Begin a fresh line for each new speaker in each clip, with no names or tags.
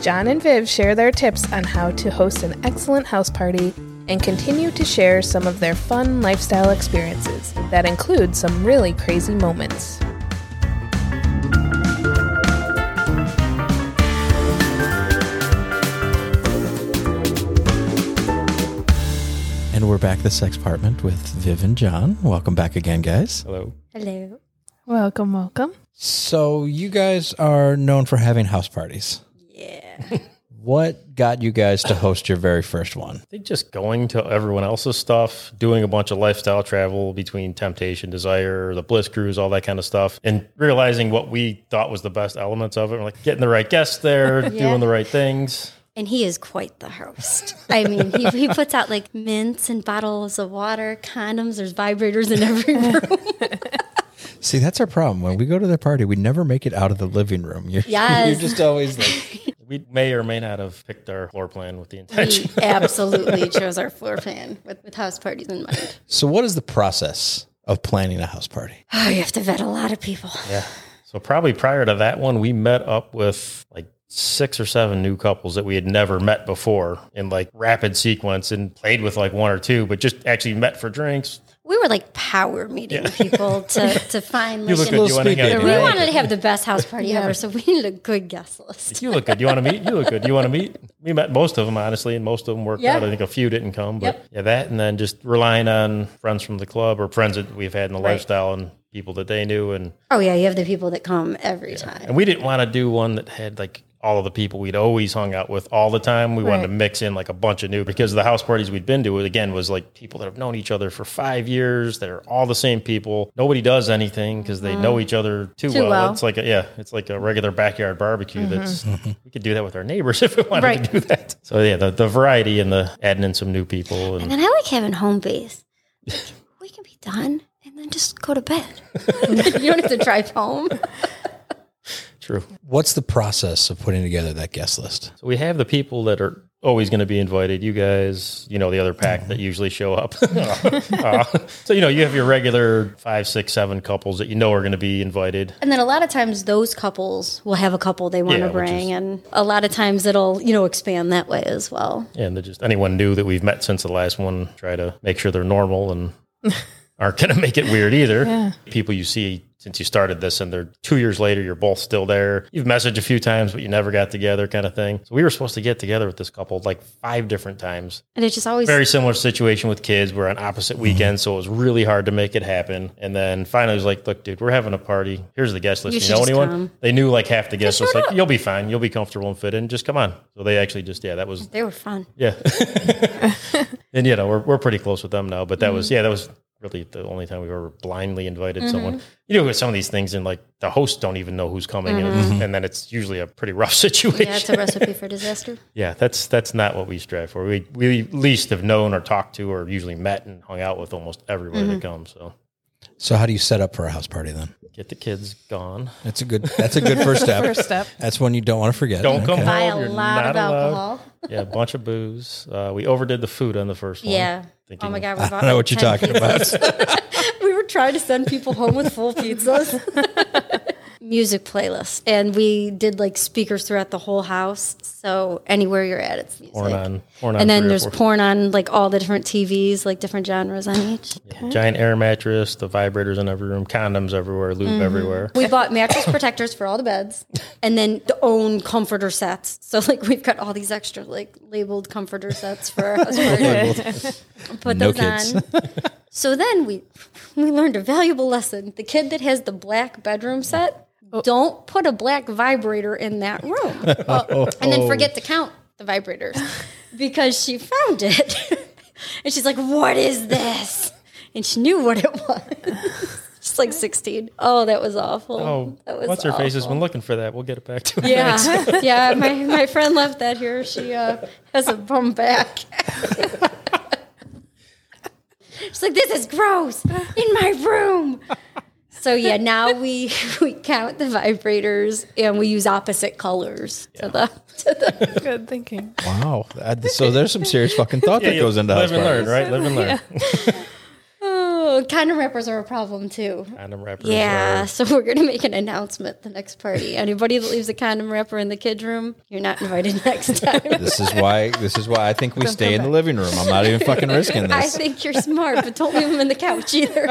John and Viv share their tips on how to host an excellent house party and continue to share some of their fun lifestyle experiences that include some really crazy moments.
And we're back, the sex apartment with Viv and John. Welcome back again, guys.
Hello.
Hello.
Welcome, welcome.
So, you guys are known for having house parties.
Yeah.
What got you guys to host your very first one?
I think just going to everyone else's stuff, doing a bunch of lifestyle travel between temptation, desire, the bliss cruise, all that kind of stuff, and realizing what we thought was the best elements of it. Like getting the right guests there, doing the right things.
And he is quite the host. I mean, he, he puts out like mints and bottles of water, condoms, there's vibrators in every room.
See, that's our problem. When we go to the party, we never make it out of the living room. You're,
Yes.
you're just always like,
We may or may not have picked our floor plan with the intention.
He absolutely chose our floor plan with, with house parties in mind.
so what is the process of planning a house party?
Oh, you have to vet a lot of people.
yeah. So probably prior to that one, we met up with like six or seven new couples that we had never met before in like rapid sequence and played with like one or two, but just actually met for drinks.
We were like power meeting people to, to find
You
like
look
an-
good. You want to
speed
hang out?
dating.
we
Right.
wanted to have the best house party ever, so we needed a good guest list.
You look good. You want to meet? You look good. You want to meet? We met most of them, honestly, and most of them worked
Yeah.
out. I think a few didn't come, but
Yep.
yeah, that and then just relying on friends from the club or friends that we've had in the
Right.
lifestyle and people that they knew. And,
Oh yeah, you have the people that come every time.
and we didn't want to do one that had like all of the people we'd always hung out with all the time. We wanted to
Right.
mix in like a bunch of new because the house parties we'd been to, again, was like people that have known each other for five years. They're all the same people. Nobody does anything because they know each other too,
Mm-hmm. Too
well.
well. Mm-hmm.
It's like, a, yeah, it's like a regular backyard barbecue that's, we could do that with our neighbors if we wanted
Right.
to do that. So yeah, the, the variety and the adding in some new people.
And
And
then I like having home base. Like, we can be done and then just go to bed. you don't have to drive home.
true.
What's the process of putting together that guest list?
So we have the people that are always going to be invited. You guys, you know, the other pack that usually show up. Aw. so, you know, you have your regular five, six, seven couples that you know are going to be invited.
And then a lot of times those couples will have a couple they want
Yeah,
to
which
bring.
is-
and a lot of times it'll, you know, expand that way as well.
And they're just anyone new that we've met since the last one, try to make sure they're normal and aren't going to make it weird either. People you see since you started this and they're two years later, you're both still there. You've messaged a few times, but you never got together kind of thing. So we were supposed to get together with this couple like five different times.
And it's just always
very similar situation with kids. We're on opposite weekends, so it was really hard to make it happen. And then finally, I was like, "Look, dude, we're having a party. Here's the guest list.
You
You,
should
know
just
anyone?"
come.
They knew like half the guest list.
showed
Like,
up.
you'll be fine. You'll be comfortable and fit in. Just come on. So they actually just yeah, that was
they were fun.
yeah. and you know, we're we're pretty close with them now. But that was
Mm-hmm.
yeah, that was really the only time we ever blindly invited someone. You know, with some of these things, and like the hosts don't even know who's coming, and, it's- and then it's usually a pretty rough situation.
Mm-hmm. Yeah, it's a recipe for disaster.
Yeah, that's that's not what we strive for. We we at least have known or talked to or usually met and hung out with almost everybody
Mm-hmm.
that comes. So
So how do you set up for a house party then?
get the kids gone.
That's a good that's a good first step.
First step.
That's one you don't want to forget.
Don't come
Buy
Oh,
a
you're
lot
not
of
allowed. Oh,
alcohol.
Yeah, a bunch of booze. Uh, we overdid the food on the first one.
Yeah.
Thinking-
oh my God. We
I don't
bought
know what
like
you're
10
talking
pizzas.
about.
we were trying to send people home with full pizzas. Music playlist. And we did like speakers throughout the whole house. So anywhere you're at, it's music.
Porn on, porn on
and then
three or
there's
four-
porn on like all the different TVs, like different genres on each.
Yeah, giant air mattress, the vibrators in every room, condoms everywhere, lube everywhere.
Mm-hmm. We bought mattress protectors for all the beds and then the own comforter sets. So like we've got all these extra like labeled comforter sets for our husband. Put
No
those on. So then we we learned a valuable lesson. The kid that has the black bedroom set, don't put a black vibrator in that room. and then forget to count
the vibrators.
because she found it. and she's like, What is this? And she knew what it was. She's like 16. Oh, that was awful.
Oh,
that was
what's her face has
awful.
been looking for that. We'll get it back to her.
Yeah, yeah. My, my friend left that here. She uh, has a bum back. She's like, this is gross in my room. So yeah, now we we count the vibrators and we use opposite colors to the to the
Good thinking.
Wow. That- so there's some serious fucking thought that
Yeah,
goes into house
live and learn,
parties.
right? Live and learn.
oh, condom wrappers are a problem too.
Condom wrappers.
Yeah, so we're gonna make an announcement the next party. Anybody that leaves a condom wrapper in the kids' room, you're not invited next time.
This is why. This is why I think we stay in the living room. I'm not even fucking risking
I
this.
think you're smart, but don't leave them in the couch either.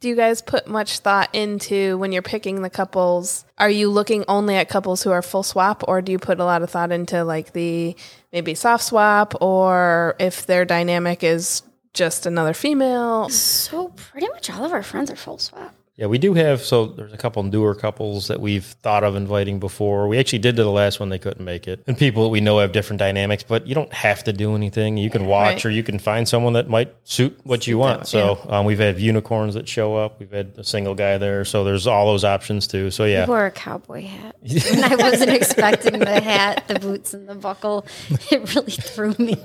Do you guys put much thought into when you're picking the couples? Are you looking only at couples who are full swap, or do you put a lot of thought into like the maybe soft swap, or if their dynamic is just another female?
So pretty much all of our friends are full swap.
Yeah, we do have. So there's a couple newer couples that we've thought of inviting before. We actually did to the last one; they couldn't make it. And people that we know have different dynamics, but you don't have to do anything. You can watch,
Right.
or you can find someone that might suit what you want. So um, we've had unicorns that show up. We've had a single guy there. So there's all those options too. So yeah,
Wore a cowboy hat. and I wasn't expecting the hat, the boots, and the buckle. It really threw me.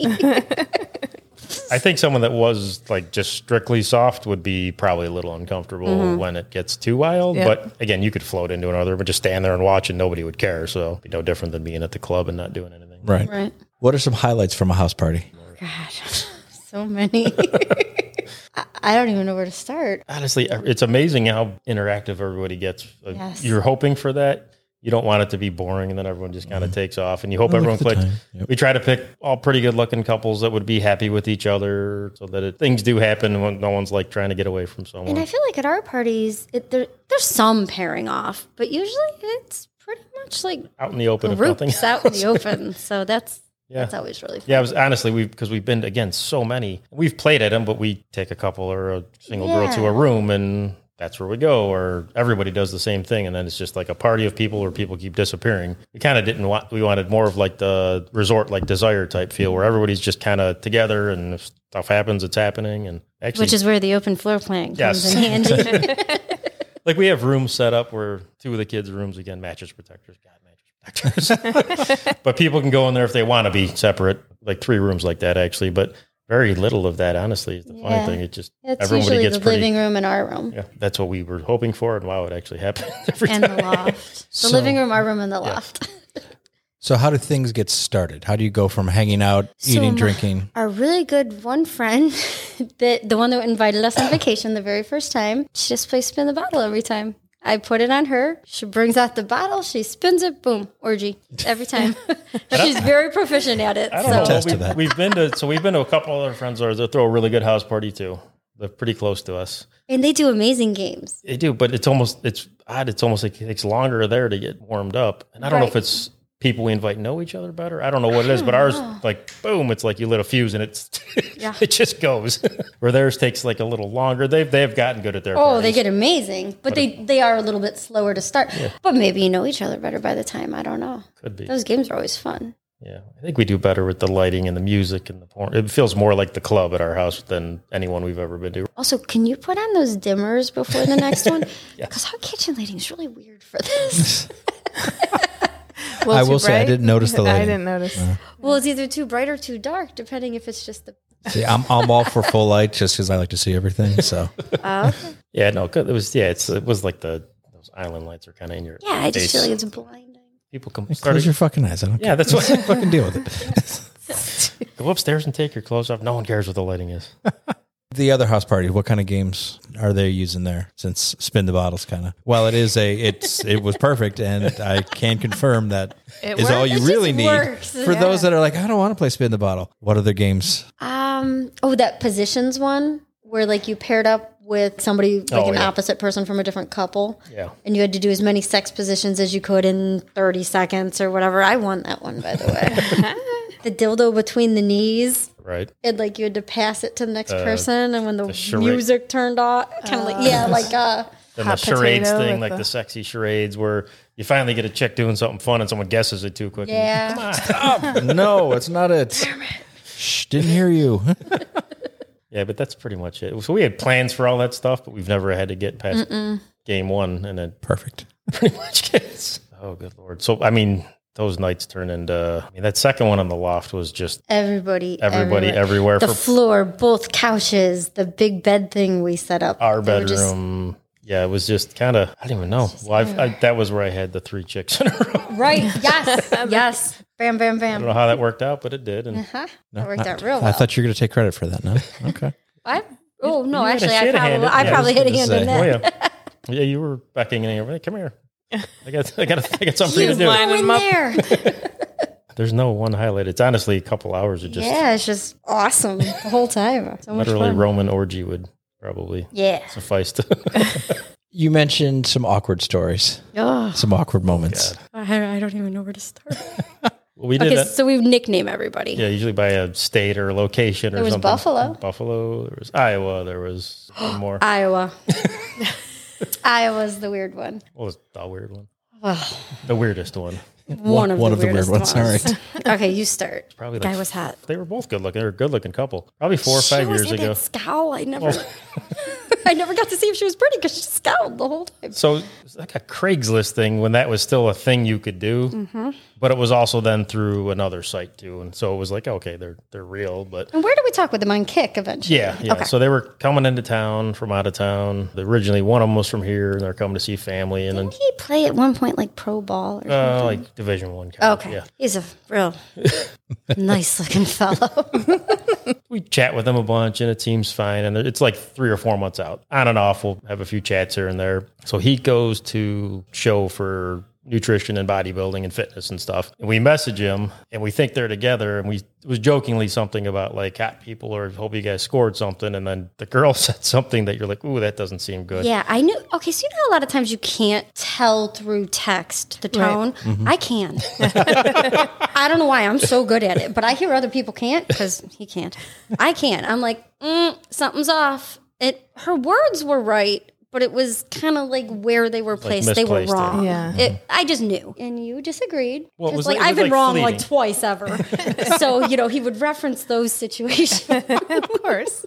I think someone that was like just strictly soft would be probably a little uncomfortable when it gets too wild.
Yeah.
But again, you could float into another, but just stand there and watch, and nobody would care. So it'd be no different than being at the club and not doing anything.
Right.
Right.
What are some highlights from a house party?
God, so many. I- I don't even know where to start.
honestly, it's amazing how interactive everybody gets. Like,
Yes.
You're hoping for that. You don't want it to be boring, and then everyone just kind of takes off, and you hope
Mm-hmm. Well, look
everyone
at the
clicks.
time. Yep.
We try to pick all pretty good looking couples that would be happy with each other, so that it, things do happen when no one's like trying to get away from someone.
And I feel like at our parties, it, there, there's some pairing off, but usually it's pretty much like
out in the open, if nothing.
groups out in the open. So that's
Yeah.
that's always really fun.
Yeah, I was honestly we because we've been again so many. We've played at them, but we take a couple or a single girl to
Yeah.
a room and. That's where we go, or everybody does the same thing, and then it's just like a party of people where people keep disappearing. We kind of didn't want; we wanted more of like the resort, like desire type feel, where everybody's just kind of together, and if stuff happens, it's happening. And actually,
Which is where the open floor plan
Yes.
comes in handy.
like we have rooms set up where two of the kids' rooms again mattress protectors, God mattress protectors, but people can go in there if they want to be separate, like three rooms like that actually, but. Very little of that, honestly, is the funny
Yeah.
thing. It just
It's
everybody
usually
gets
the
pretty.
living room and our room.
Yeah, that's what we were hoping for, and wow, it actually happened every
and
time.
the loft. The
So-
living room, our room, and the loft
So how do things get started? How do you go from hanging out,
So
eating,
my-
drinking?
our really good one friend, that the one that invited us on vacation the very first time, she just plays spin the bottle every time. I put it on her. She brings out the bottle. She spins it. Boom, orgy every time. She's very proficient at it.
I
so
don't know.
Attest to
We,
that.
We've been to so we've been to a couple other friends of ours that throw a really good house party too. They're pretty close to us.
and they do amazing games.
They do, but it's almost it's odd. It's almost like it takes longer there to get warmed up, and I don't know if
Right.
it's people we invite know each other better. I don't know what it is, but ours like boom, it's like you lit a fuse and it's it just goes. Where theirs takes like a little longer. They've they've gotten good at their.
Oh,
parties.
they get amazing, but they they are a little bit slower to start. But maybe you know each other better by the time. I don't know.
could be.
Those games are always fun.
Yeah, I think we do better with the lighting and the music and the porn. It feels more like the club at our house than anyone we've ever been to.
Also, can you put on those dimmers before the next one? Because our kitchen lighting is really weird for this.
Well,
I
too
will say I
bright?
didn't notice the
I
lighting. Uh.
didn't notice.
well, it's either too bright or too dark, depending if it's just the.
See, I'm, I'm all for full light just because I like to see everything. So
Oh,
Yeah, no, 'cause it was yeah, it's it was like the those island lights are kind of in your
Yeah, I just
face.
feel like it's blinding.
people come
close
started.
your fucking eyes. I don't
yeah, that's what
care. Fucking deal with it.
go upstairs and take your clothes off. No one cares what the lighting is.
the other house party, what kind of games are they using there? Since spin the bottles, kind of. Well, it is a. It's it was perfect, and I can confirm that
It
is all
works.
you
It just
really need
works,
for
yeah.
those that are like, I don't want to play spin the bottle. What other games?
Um. Oh, that positions one where like you paired up with somebody like
Oh,
an
yeah.
opposite person from a different couple.
Yeah.
And you had to do as many sex positions as you could in 30 seconds or whatever. I won that one, by the way. the dildo between the knees.
Right.
and like you had to pass it to the next person and when the,
Uh, charade- Oh.
music turned off kind of like yeah like uh
Then
Hot
the charades
potato
thing,
with
like the,
the-
sexy charades where You finally get a chick doing something fun and someone guesses it too quick.
Yeah.
Come on.
no, it's not it. Shh, didn't hear you.
Yeah, but that's pretty much it. So we had plans for all that stuff, but we've never had to get past game one and then
Perfect.
pretty much gets. Oh, good lord. So, I mean, those nights turn into, I mean, that second one on the loft was just
Everybody,
Everybody everywhere
The
for-
floor, both couches, the big bed thing we set up.
our
They were just-
bedroom. yeah, it was just kind of, I don't even know. Well, I've, I, that was where I had the three chicks in a row. I
right? Yes, yes. Bam, bam, bam.
don't know how that worked out, but it did. And
Huh? that worked out real well.
I thought you were going to take credit for that. No, okay.
I, oh no,
had a
actually, I
shit
probably,
hand in
I
there.
probably
I was
hit a
gonna
hand in
say.
that.
oh, yeah. yeah, you were backing in over. Hey, come here. I got, I got, I got something for you
You
to do.
mine.
go in
him up.
there.
There's no one highlight. It's honestly a couple hours of just
yeah, it's just awesome the whole time. So much
literally
fun.
Roman orgy would probably
Yeah.
suffice to.
You mentioned some awkward stories,
Oh,
some awkward moments.
I, I don't even know where to start.
Well, we did
okay,
that.
so we nickname everybody.
Yeah, usually by a state or a location or
There was
something.
Buffalo.
Buffalo. There was Iowa. There was one more.
Iowa. Iowa's the weird one.
What was the weird one?
Well,
The weirdest one.
one, of, the weirdest
weird ones. All
ones.
right.
okay, you start.
Probably like
Guy was hot.
They were both good looking. They were a good looking couple. Probably four or
she
five
was
years
in
ago.
That scowl. I never. I never got to see if she was pretty because she scowled the whole time.
So it was like a Craigslist thing when that was still a thing you could do,
Mm-hmm.
but it was also then through another site too, and so it was like okay, they're they're real, but
And where do we talk with them on Kick eventually?
Yeah, yeah.
Okay.
So they were coming into town from out of town. Originally, one of them was from here, and they're coming to see family, and then
Didn't he play at one point like pro ball or
uh, like Division One. college,
Mm-hmm. Okay.
Uh, Yeah.
He's a real nice looking fellow.
We chat with them a bunch, and it seems fine. And it's like three or four months out, on and off. We'll have a few chats here and there. So he goes to show for nutrition and bodybuilding and fitness and stuff. And we message him, and we think they're together. And we it was jokingly something about like hot people, or hope you guys scored something. And then the girl said something that you're like, ooh, that doesn't seem good.
yeah, I knew. Okay, so you know, how a lot of times you can't tell through text the tone.
Mm-hmm.
I can. I don't know why I'm so good at it, but I hear other people can't because he can't. I can't. I'm like, mm, something's off. It. Her words were right. But it was kind of like where they were placed. they were
misplaced, yeah.
wrong.
Yeah.
It, I just knew, and you disagreed.
Well, it
Just
was-
like
it was,
I've been
like,
wrong like
fleeting.
twice ever. so you know he would reference those situations.
Of course.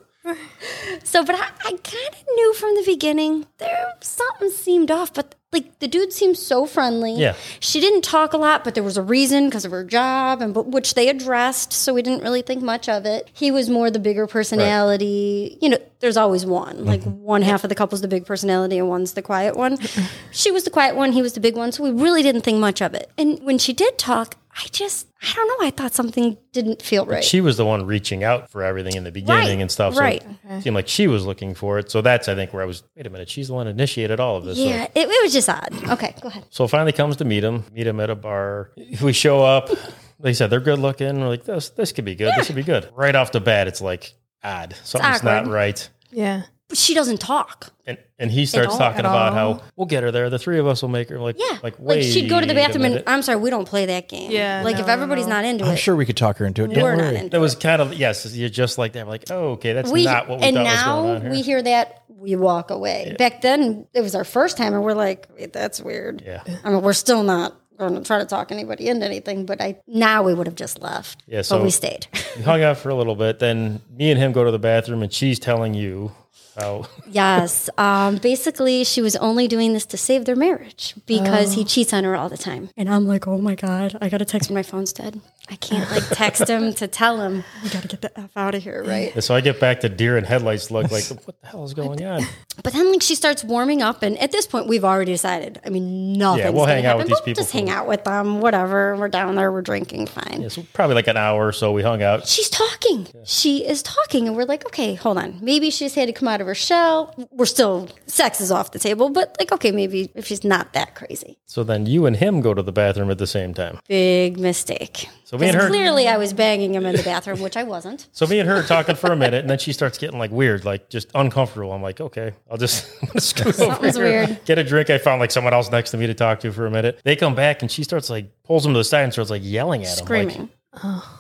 So, but I, I kind of knew from the beginning there something seemed off. But like the dude seemed so friendly.
Yeah.
she didn't talk a lot, but there was a reason because of her job, and but which they addressed. So we didn't really think much of it. He was more the bigger personality. You know, there's always
Mm-hmm.
one. Like one half of the couple's the big personality, and one's the quiet one. she was the quiet one. He was the big one. So we really didn't think much of it. And when she did talk, I just I don't know. I thought something didn't feel right.
she was the one reaching out for everything in the beginning
Right,
and stuff. So
right.
it seemed like she was looking for it. So that's I think where I was. Wait a minute, she's the one who initiated all of this. So-
yeah, it, it was just odd. Okay, go ahead.
So, finally comes to meet him. Meet him at a bar. We show up. They said they're good looking. We're like this. This could be good. This could be good. Right off the bat, it's like odd. Something's not
awkward.
right.
Yeah.
But she doesn't talk.
And and he starts
all,
talking
at
about
all.
how we'll get her there. The three of us will make her. Like
Yeah.
like
Like,
wait.
she'd go to the
a
bathroom and
minute.
I'm sorry, we don't play that game.
Yeah,
Like
no,
if everybody's
no.
not into
I'm
it,
sure we could talk her into it. Don't
we're not
worry.
into
That
it.
was kind of yes. You're just like that. Like oh okay, that's
We,
not what we
and
thought was going
now
on here.
we hear that, we walk away. Back then, it was our first time and we're like, wait, that's weird.
yeah.
I mean, we're still not going to try to talk anybody into anything, but I now we would have just left.
Yeah,
but
so-
we stayed.
We hung out for a little bit. Then me and him go to the bathroom, and she's telling you how
yes. Um, basically, she was only doing this to save their marriage because he cheats on her all the time. Oh. And I'm like, oh my God, I got to text when my phone's dead. I can't like text him to tell him, we got to get the F out of here, right?
And so I get back to deer and headlights look like what the hell is going on?
But then, like, she starts warming up, and at this point, we've already decided. I mean, nothing's
we'll
gonna
hang out with
happen.
these
We'll
people
Just
for-
hang out with them, whatever. We're down there, we're drinking, fine.
It's probably like an hour or so we hung out.
She's talking. She is talking, and we're like, okay, hold on. Maybe she just had to come out of her shell. We're still sex is off the table, but like, okay, maybe if she's not that crazy,
So then you and him go to the bathroom at the same time.
big mistake.
So me and
'Cause
her-
clearly, I was banging him in the bathroom, which I wasn't.
So me and her are talking for a minute, and then she starts getting like weird, like just uncomfortable. I'm like, okay, I'll just I'm gonna screw over
Something's
here,
weird.
get a drink. I found like someone else next to me to talk to for a minute. They come back, and she starts like pulls him to the side and starts like yelling at him, like,
Screaming.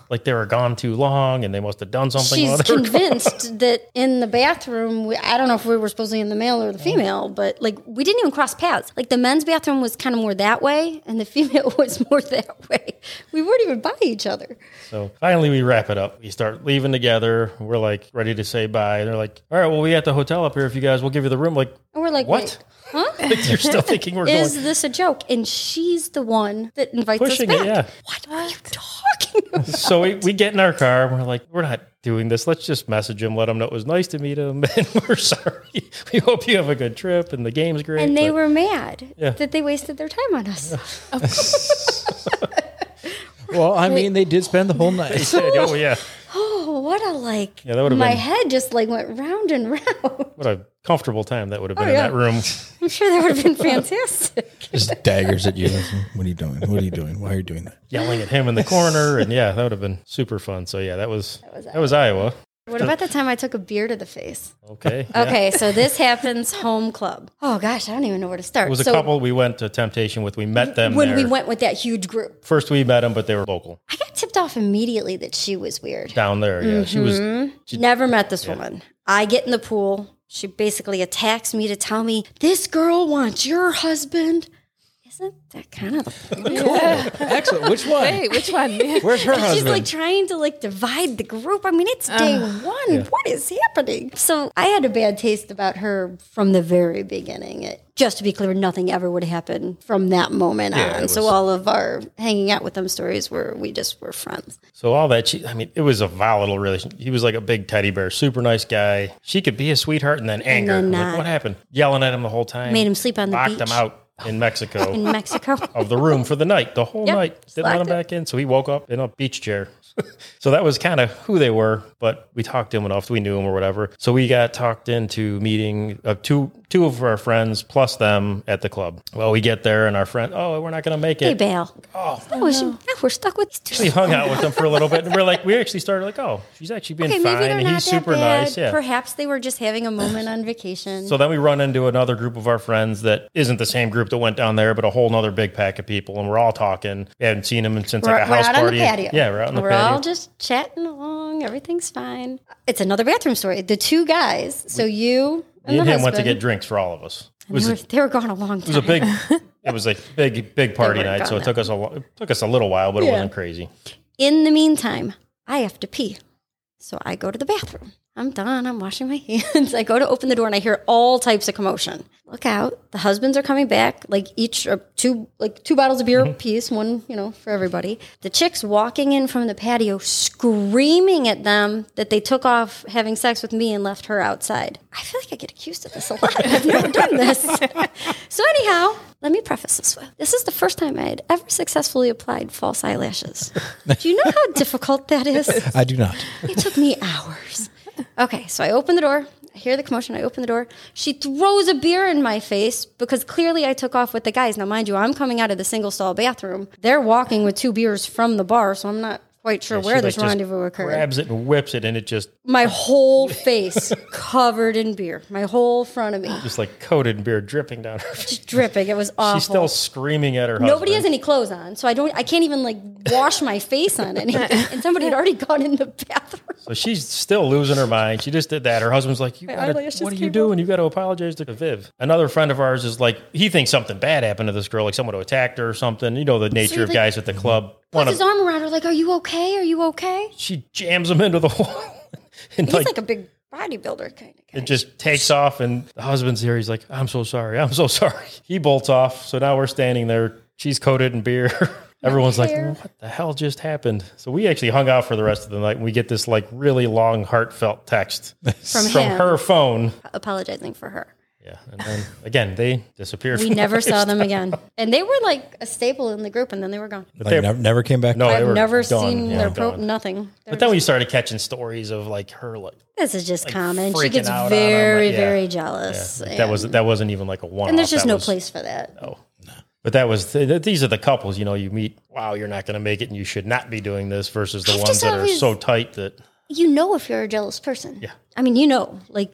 Like they were gone too long and they must have done something. while
She's
they were gone.
convinced that in the bathroom, we, I don't know if we were supposed to be in the male or the female, but like we didn't even cross paths. Like the men's bathroom was kind of more that way, and the female was more that way. We weren't even by each other.
So finally, we wrap it up. We start leaving together. We're like ready to say bye. And they're like, all right, well, we at the hotel up here. If you guys will give you the room, like,
And we're like,
What?
Wait, huh?
you're still thinking we're
Is
going.
this a joke? And she's the one that invites
Pushing it,
us back.
yeah.
What are you talking about?
So we, we get in our car and we're like, we're not doing this. Let's just message him, let him know it was nice to meet him. And we're sorry. We hope you have a good trip and the game's great.
And they
but
were mad
Yeah.
that they wasted their time on us.
Well, I mean, they did spend the whole
they
night.
said, oh, yeah.
Oh, what a like!
Yeah, that would've
my
been-
head just like went round and round.
What a comfortable time that would have been
Oh,
in
yeah.
that room.
I'm sure that would have been fantastic.
Just daggers at you. What are you doing? What are you doing? Why are you doing that?
Yelling at him in the corner. And yeah, that would have been super fun. So yeah, that was, that was,
was
Iowa.
What about the time I took a beer to the face?
Okay. yeah.
Okay, so this happens home club. Oh gosh, I don't even know where to start.
It was a
so
couple we went to Temptation with. We met them
when
there.
we went with that huge group.
First we met them, but they were local
I got tipped off immediately that she was weird.
down there. Yeah, she was.
Mm-hmm. Never met this woman. I get in the pool. She basically attacks me to tell me this girl wants your husband. Isn't that kind of the point?
Excellent. Which one?
Hey, which one? Yeah.
Where's her
She's
husband?
like trying to like divide the group. I mean, it's day one. What is happening? So I had a bad taste about her from the very beginning. It, just to be clear, nothing ever would happen from that moment on. So all of our hanging out with them stories were we just were friends.
So all that. She, I mean, it was a volatile relationship. He was like a big teddy bear, super nice guy. She could be a sweetheart and then anger.
then
I'm like,
not.
what happened? Yelling at him the whole time.
Made him sleep on the
locked
beach.
him out in
in
Mexico
Mexico.
of the room for the night, the whole
Yeah,
night. Didn't let him
locked him.
back in, so he woke up in a beach chair. so that was kind of who they were. But we talked to him enough, we knew him or whatever. So we got talked into meeting uh, two two of our friends plus them at the club. Well, we get there and our friend, oh, we're not going to make it.
hey, Bale. Oh, she, now we're stuck with these
we
two.
hung out with them for a little bit, and we're like, we actually started like, oh, she's actually been
Okay, maybe
fine,
they're
and
not
he's
that
super
bad.
nice, yeah.
Perhaps they were just having a moment on vacation.
So then we run into another group of our friends that isn't the same group that went down there, but a whole nother big pack of people, and we're all talking. We haven't seen them since
We're,
like a
we're
house
out
party.
on the patio.
Yeah, we're out on the
we're
patio.
all just chatting along. Everything's fine. It's another bathroom story. The two guys. So you and
Me and
the
him
husband.
went to get drinks for all of us. It
and
was
they,
a,
were,
it
they were gone a long time.
was a big, it was like big, big party
were
night. So
gone
it took us a lo- it took us a little while, but it
Yeah.
wasn't crazy.
In the meantime, I have to pee. So I go to the bathroom. I'm done. I'm washing my hands. I go to open the door and I hear all types of commotion. Look out. The husbands are coming back, like each or two like two bottles of beer apiece, one, you know, for everybody. The chicks walking in from the patio screaming at them that they took off having sex with me and left her outside. I feel like I get accused of this a lot. I've never done this. So anyhow, let me preface this with this is the first time I had ever successfully applied false eyelashes. Do you know how difficult that is?
I do not.
It took me hours. Okay, so I open the door. I hear the commotion. I open the door. She throws a beer in my face because clearly I took off with the guys. Now, mind you, I'm coming out of the single stall bathroom. They're walking with two beers from the bar, so I'm not quite sure where
She,
this
like, just
rendezvous occurred
Grabs it and whips it, and it just
my whole face covered in beer my whole front of me
just like coated in beer dripping down her. face.
just dripping it was awful
She's still screaming at her.
Nobody has
husband.
any clothes on, so I don't. I can't even like wash my face on anything. And somebody had already gone in the bathroom.
So she's still losing her mind. She just did that. Her husband's like, you gotta,
eyelashes
What are you
came
doing? You got to apologize to Viv. Another friend of ours is like, he thinks something bad happened to this girl, like someone who attacked her or something. You know, the nature of
like-
guys at the club. One of,
Puts his arm around her, like, "Are you okay? Are you okay?"
she jams him into the wall and
He's like,
like,
a big bodybuilder kind of guy.
it just takes off. And the husband's here. He's like, I'm so sorry. I'm so sorry. He bolts off. So now we're standing there. She's coated in beer. Everyone's like,
Hair.
what the hell just happened? So we actually hung out for the rest of the night and we get this like really long, heartfelt text
From
from
him.
her phone.
apologizing for her.
Yeah, and then again, they disappeared.
We
from
never
our
saw them again, and they were like a staple in the group, and then they were gone.
But,
Like,
they-
never, never came back.
no, they
I've
were
never
done.
seen
Yeah,
their
done.
pro- nothing.
But then we started catching stories of like her like
this is just common. She
freaking
gets
out on him,
very,
like, yeah.
very
yeah,
jealous.
that was that wasn't even like a one.
and there's just no place for that.
No. But that was th- th- these are the couples you know you meet. Wow, you're not going to make it, and you should not be doing this. Versus the
I've
ones
just
that are
always-
so tight that
you know if you're a jealous person.
Yeah.
I mean, you know, like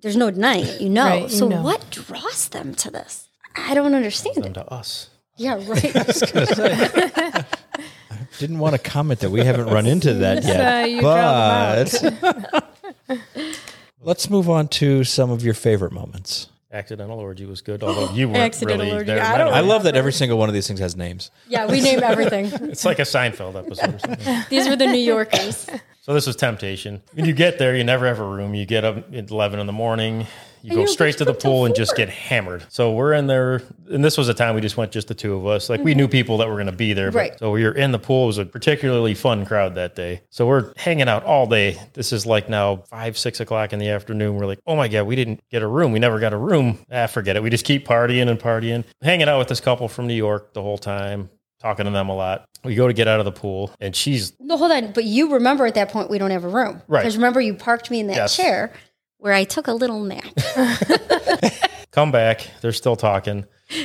there's no denying it. You know.
Right, you
so
know.
what draws them to this? I don't understand
come
it.
to us.
Yeah, right.
Didn't want to comment that we haven't run into that
So
yet.
you
but
drowned them
let's move on to some of your favorite moments.
Accidental orgy was good, although you weren't
Accidental
really
orgy.
there.
I don't-
I love that every single one of these things has names.
Yeah, we name everything.
It's like a Seinfeld episode or something.
These were the New Yorkers.
So this was temptation. When you get there, you never have a room. You get up at 11 in the morning. You go
you're
straight to the
up till
pool and just
four.
get hammered. So we're in there, and this was a time we just went just the two of us. Like we knew people that were going to be there. but-
Right.
So we were in the pool. It was a particularly fun crowd that day. So we're hanging out all day. This is like now five, six o'clock in the afternoon. We're like, oh my god, we didn't get a room. We never got a room. Ah, forget it. We just keep partying and partying. Hanging out with this couple from New York the whole time. Talking to them a lot. We go to get out of the pool, and she's
No, hold on. But you remember at that point we don't have a room.
Right.
Because remember you parked me in that
Yes.
chair where I took a little nap.
come back. They're still talking.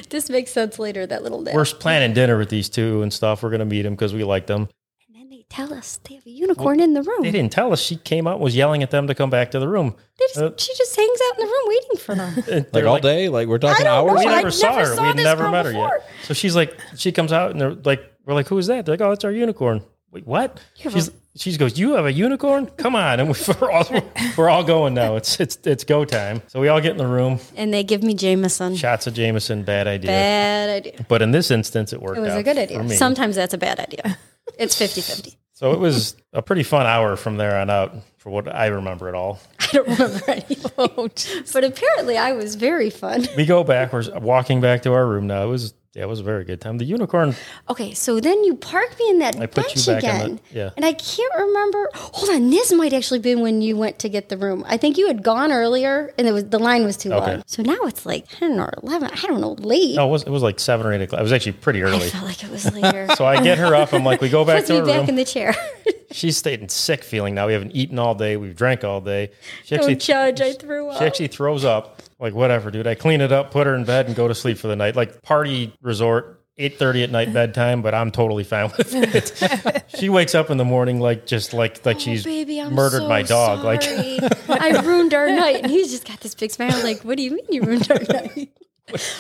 this makes sense later, that little nap.
we're planning dinner with these two and stuff. We're gonna meet them because we like them.
and then they tell us they have a unicorn in the room.
They didn't tell us. She came out and was yelling at them to come back to the room.
They just-
Uh,
she just hangs out in the room waiting for them.
And
Like
they're
all day, like we're
I
talking hours.
don't know.
We
I
never saw
never
her.
saw
we
this
never
girl
met her
before.
yet. So she's like, she comes out and they're like, we're like, who is that? They're like, oh, it's our unicorn. Wait, what? She's she goes, you have a unicorn? Come on! And we're all we're all going now. It's it's it's go time. So we all get in the room.
and they give me Jameson.
Shots of Jameson. Bad idea.
Bad idea.
But in this instance, it worked.
It was
out
a good
for
idea.
me.
Sometimes that's a bad idea. It's 50 50.
so it was a pretty fun hour from there on out, for what I remember at all.
I don't remember anything. but apparently I was very fun.
we go back. We're walking back to our room now. It was yeah, it was a very good time. The unicorn.
Okay, so then you park me in that
put you
bench
back in
again.
the- yeah.
And I can't remember. Hold on, this might actually been when you went to get the room. I think you had gone earlier and it was the line was too
Okay.
long. So now it's like 10 or 11. I don't know, late.
No, it was it was like seven or eight o'clock. It was actually pretty
I
early.
felt like it was later.
So I get her up. I'm like, we go back
Puts
to
me
her
back
room.
in the chair.
She's stayed in sick feeling now. We haven't eaten all day. We've drank all day. She actually
don't judge. I threw up.
she actually throws up. Like whatever, dude. I clean it up, put her in bed, and go to sleep for the night. Like party resort. 8:30 at night bedtime, but I'm totally fine with it. she wakes up in the morning like just like like she's
Oh, baby, I'm
murdered
so
my dog. Like
sorry. I ruined our night, and he's just got this big smile. Like, what do you mean you ruined our night?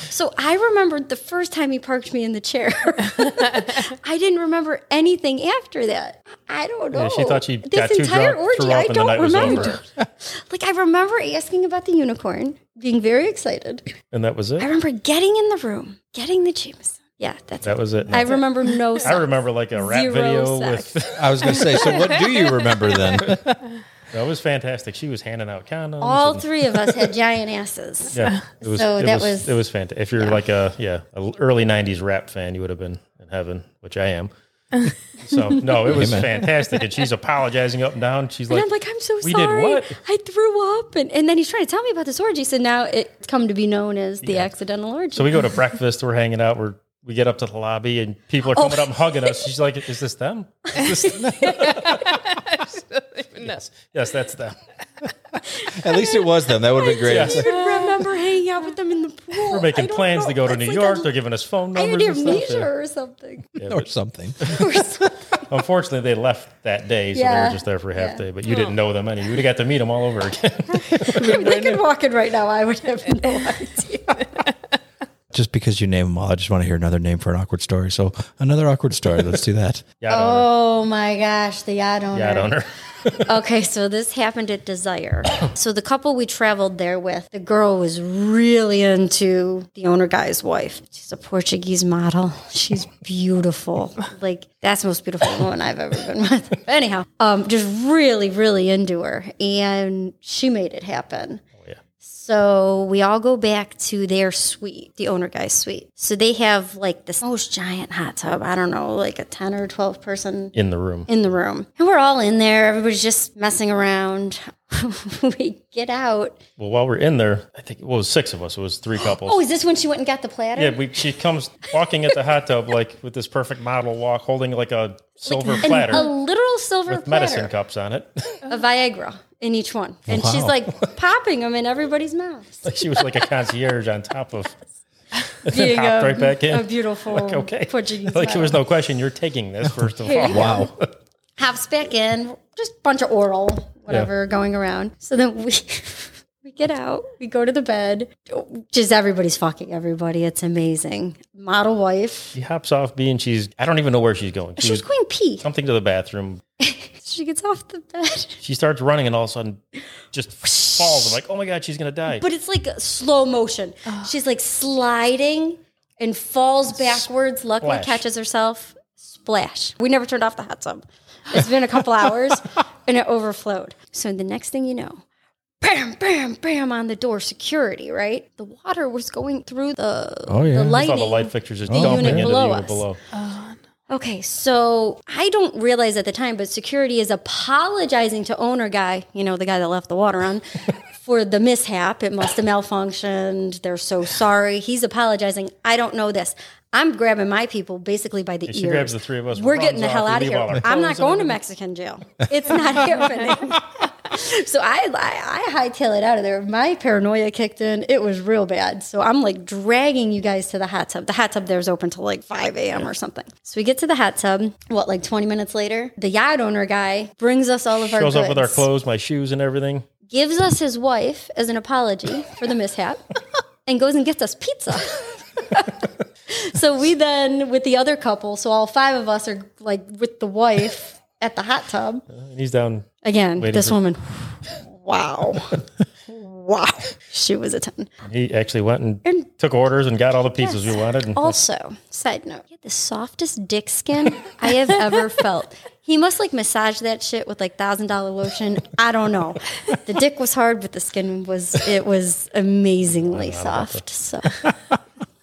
So I remembered the first time he parked me in the chair. I didn't remember anything after that. I don't know.
yeah, she thought she
this
got too
entire
drunk,
orgy.
threw up,
I
and the night
don't remember.
was over,
Like I remember asking about the unicorn, being very excited.
and that was it.
I remember getting in the room, getting the Jameson. Yeah, that's
That
it.
was it.
I remember no.
I remember like a rap
Zero
video
sex.
with
I was gonna say. So what do you remember then?
that was fantastic. She was handing out condoms.
all
and-
three of us had giant asses.
yeah, it was,
So
it
that
was,
was-
it was fantastic. If you're like a yeah a early '90s rap fan, you would have been in heaven, which I am. So no, it was
Amen.
fantastic, and she's apologizing up and down. She's
And
like,
I'm like, I'm so
we did
sorry.
what?
I threw up. And, and then he's trying to tell me about this orgy. So now it's come to be known as the accidental orgy.
so we go to breakfast. We're hanging out. We're we get up to the lobby, and people are
Oh.
coming up and hugging us. She's like, "Is this them? Is this
out. No.
yes, that's them."
At least it was them. That would have been great.
Yes.
I even remember hanging out with them in the pool.
We're making plans to go to New York. They're giving us phone
I
numbers and
had
stuff.
amnesia
Yeah.
or something.
Yeah,
Or
but-
something.
Or something.
Unfortunately, they left that day, so they
Yeah.
were just there for a half
Yeah. Oh.
day. But you didn't know them any. You would have got to meet them all over again.
if they could walk in right now, I would have no idea.
Just because you name them all, I just want to hear another name for an awkward story. So another awkward story. Let's do that.
Yacht owner.
Oh my gosh, the yacht owner.
Yacht owner.
Okay, so this happened at Desire. so the couple we traveled there with, the girl was really into the owner guy's wife. She's a Portuguese model. She's beautiful. Like that's the most beautiful woman I've ever been with. But anyhow, um, just really, really into her, and she made it happen. So we all go back to their suite, the owner guy's suite. So they have like this most giant hot tub. I don't know, like a 10 or 12 person
In the room.
in the room. And we're all in there. Everybody's just messing around. we get out.
Well, while we're in there, I think well, it was six of us. It was three couples.
Oh, is this when she went and got the platter?
yeah, we, she comes walking at the hot tub like with this perfect model walk, holding like a silver
And
platter
a literal silver
with
platter
medicine cups on it.
of Viagra in each one. And she's
Wow.
like popping them in everybody's mouth.
like she was like a concierge on top of. And then
Being
hopped
a-
right back in.
A beautiful
okay.
Portuguese.
like there was
model.
no question. You're taking this first of
Here
all.
you go. Hops back in, just a bunch of oral, whatever, going around. So then we We get out, we go to the bed. Just everybody's fucking everybody. It's amazing. Model wife.
She hops off B and she's, I don't even know where she's going. She was
She's going pee.
something to the bathroom.
She gets off the bed.
She starts running and all of a sudden just falls. I'm like, oh my God, she's going to die.
But it's like slow motion. She's like sliding and falls backwards, luckily
Splash.
catches herself. Splash. We never turned off the hot tub. It's been a couple hours and it overflowed. So the next thing you know, bam, bam, bam on the door security, right? The water was going through the,
Oh, yeah.
the
It's
I
lighting.
saw the light fixtures just
The
dumping
unit
into
below
the
us.
unit below.
Okay, so I don't realize at the time, but security is apologizing to owner guy, you know, the guy that left the water on, for the mishap. It must have malfunctioned. They're so sorry. He's apologizing. I don't know this. I'm grabbing my people basically by the
she
ears.
grabs the three of us,
We're
runs
getting the
off,
hell
we
out of
leave
here.
all our
I'm
clothes
not going
and
to Mexican jail. It's not happening. So I, I I hightail it out of there. My paranoia kicked in. It was real bad. So I'm like dragging you guys to the hot tub. The hot tub there's open till like 5 a.m. or something. So we get to the hot tub. What like 20 minutes later, the yacht owner guy brings us all of our
Shows
goods,
up with our clothes, my shoes, and everything.
gives us his wife as an apology for the mishap, and goes and gets us pizza. so we then with the other couple. So all five of us are like with the wife at the hot tub.
And he's down.
Again,
Waiting
this
for-
woman. Wow. wow. She was a 10.
He actually went and,
And-
took orders and got all the pizzas we wanted. And
Also, side note, he had the softest dick skin I have ever felt. He must like massage that shit with like thousand dollar lotion. I don't know. The dick was hard, but the skin was it was amazingly soft. So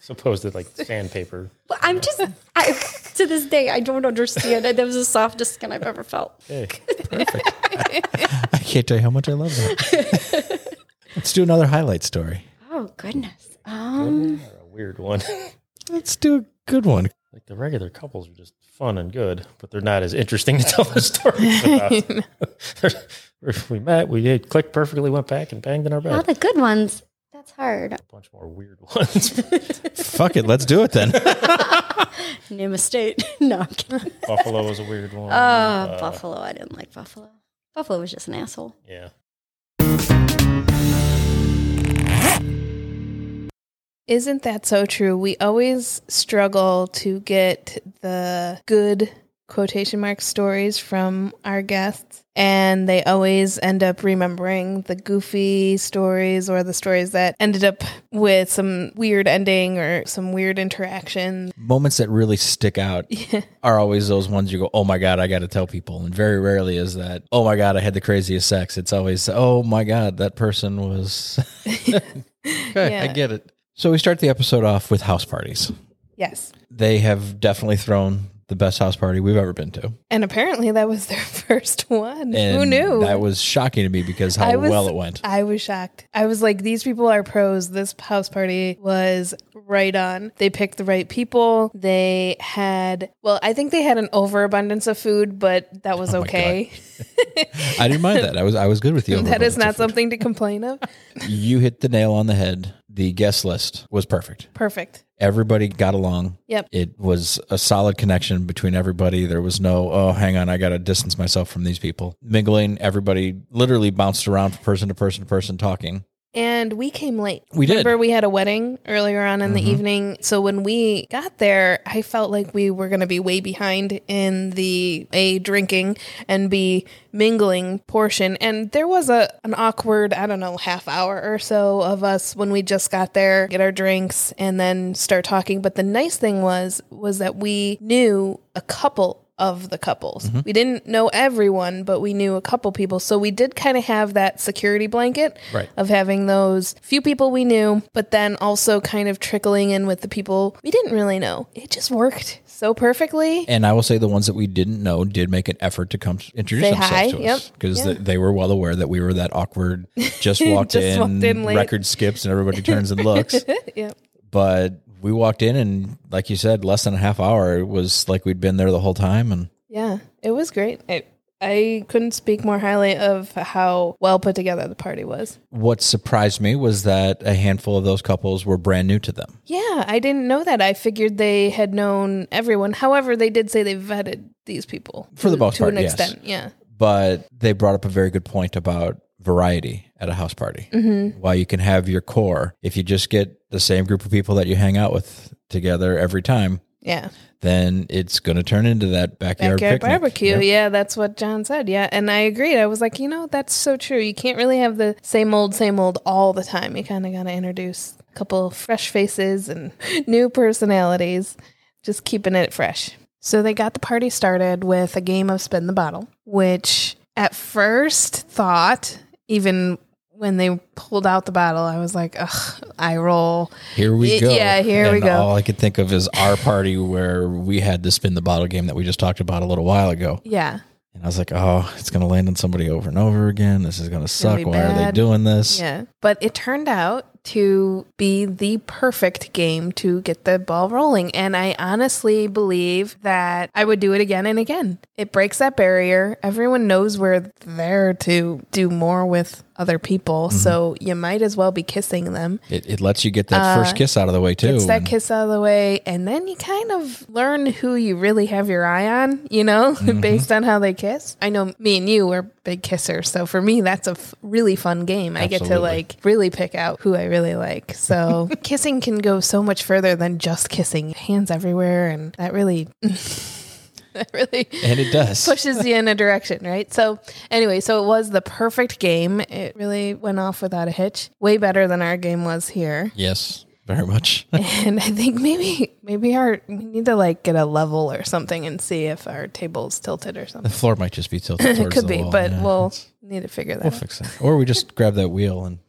supposed to like sandpaper.
But I'm just I to this day I don't understand. That was the softest skin I've ever felt.
Hey,
I can't tell you how much I love that. Let's do another highlight story.
Oh goodness. Um
they're a weird one.
Let's do a good one.
like the regular couples are just fun and good, but they're not as interesting to tell the stories about. They're- we met, we did click perfectly, went back and banged in our
all
bed.
the good ones. That's hard.
A bunch more weird ones.
Fuck it. Let's do it then.
Name a state. No, I'm kidding.
Buffalo was a weird one.
Uh, Buffalo. I didn't like Buffalo. Buffalo was just an asshole.
yeah.
Isn't that so true? We always struggle to get the good quotation mark stories from our guests, and they always end up remembering the goofy stories or the stories that ended up with some weird ending or some weird interaction.
Moments that really stick out are always those ones you go, oh my God, I got to tell people. And very rarely is that, oh my God, I had the craziest sex. It's always, oh my God, that person was. okay, I
Yeah.
get it. So we start the episode off with house parties.
Yes.
They have definitely thrown the best house party we've ever been to.
And apparently that was their first one. Who
And
knew?
That was shocking to me because how
I was-
well it went.
I was shocked. I was like, these people are pros. This house party was right on. They picked the right people. They had, well, I think they had an overabundance of food, but that was
Oh my
okay.
I didn't mind that. I was I was good with you.
that is not something to complain of.
You hit the nail on the head. The guest list was perfect.
Perfect.
Everybody got along.
Yep.
It was a solid connection between everybody. There was no, oh, hang on, I got to distance myself from these people. Mingling, everybody literally bounced around from person to person to person talking.
And we came late.
We did. Mm-hmm.
Remember, we had a wedding earlier on in the evening. So when we got there, I felt like we were going to be way behind in the A, drinking and B, mingling portion. And there was a an awkward, I don't know, half hour or so of us when we just got there, get our drinks, and then start talking. But the nice thing was, was that we knew a couple of the couples.
Mm-hmm.
We didn't know everyone, but we knew a couple people. So we did kind of have that security blanket
Right.
of having those few people we knew, but then also kind of trickling in with the people we didn't really know. It just worked so perfectly.
And I will say the ones that we didn't know did make an effort to come introduce
Say
themselves
hi.
to us
Yep.
because they, they were well aware that we were that awkward, just walked
Just
in,
walked in late.
record skips, and everybody turns and looks.
yeah.
but we walked in and like you said less than a half hour it was like we'd been there the whole time and
Yeah. It was great. I I couldn't speak more highly of how well put together the party was.
what surprised me was that a handful of those couples were brand new to them
Yeah, I didn't know that. I figured they had known everyone. However, they did say they vetted these people
For the most
to
part,
an
yes.
extent. Yeah.
but they brought up a very good point about variety at a house party.
Mm-hmm.
While you can have your core, if you just get the same group of people that you hang out with together every time,
Yeah.
then it's going to turn into that backyard,
Backyard
picnic.
barbecue.
Yep.
Yeah, that's what John said. Yeah. And I agreed. I was like, you know, that's so true. You can't really have the same old, same old all the time. You kind of got to introduce a couple fresh faces and new personalities, just keeping it fresh. So they got the party started with a game of Spin the Bottle, which at first thought, even when they pulled out the bottle, I was like, ugh, I roll.
Here we
Y-
go.
yeah, here we
And
go.
All I could think of is our party where we had to spin the bottle game that we just talked about a little while ago.
Yeah.
And I was like, oh, it's going to land on somebody over and over again. This is going to suck.
gonna be
Why are they
bad.
doing this?
Yeah. But it turned out to be the perfect game to get the ball rolling. And I honestly believe that I would do it again and again. It breaks that barrier. Everyone knows we're there to do more with other people. So you might as well be kissing them.
It, it lets you get that first kiss out of the way, too.
Gets Uh, that
And-
kiss out of the way. And then you kind of learn who you really have your eye on, you know, based on how they kiss. I know me and you are big kissers. So for me, that's a f- really fun game. I get to
Absolutely.
like really pick out who I really like. So kissing can go so much further than just kissing. Hands everywhere. And that really, that really
and it does.
pushes you in a direction, right? So, anyway, so it was the perfect game. It really went off without a hitch. Way better than our game was here.
Yes, very much.
And I think maybe maybe our we need to like get a level or something and see if our table's tilted or
the
something.
floor might just be tilted towards
Could
the
be,
wall,
but
yeah.
we'll need to figure that
We'll
out.
fix it. Or we just grab that wheel and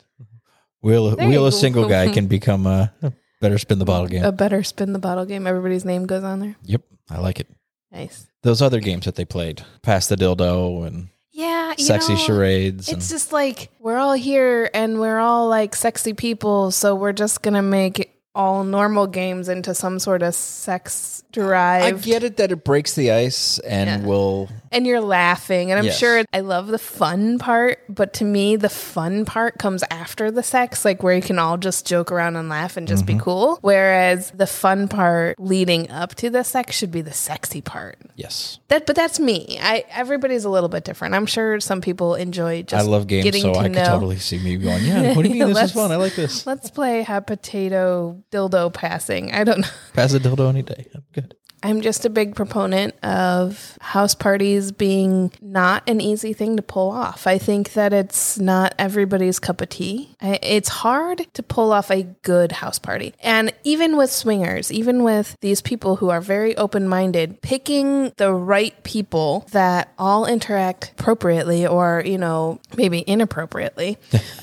wheel
There
wheel
you
a
go.
single guy can become a, a better spin the bottle game.
A better spin the bottle game. Everybody's name goes on there.
Yep, I like it.
Nice.
Those other games that they played, pass the dildo and
Yeah, you
sexy
know,
charades. And
It's just like we're all here and we're all like sexy people, so we're just gonna make all normal games into some sort of sex
I
derived.
get it that it breaks the ice and
Yeah.
will.
and you're laughing and i'm
Yes.
sure i love the fun part but to me the fun part comes after the sex like where you can all just joke around and laugh and
Mm-hmm.
just be cool whereas the fun part leading up to the sex should be the sexy part
Yes,
that but that's me i everybody's a little bit different i'm sure some people enjoy
I
just
love games,
getting
so
to
I could
know
totally see me going. Yeah, what do you mean? this
Let's-
is fun. I like this.
let's play hot potato dildo passing i don't know
Pass the dildo any day. I'm good.
I'm just a big proponent of house parties being not an easy thing to pull off. I think that it's not everybody's cup of tea. I, it's hard to pull off a good house party. And even with swingers, even with these people who are very open minded, picking the right people that all interact appropriately or, you know, maybe inappropriately,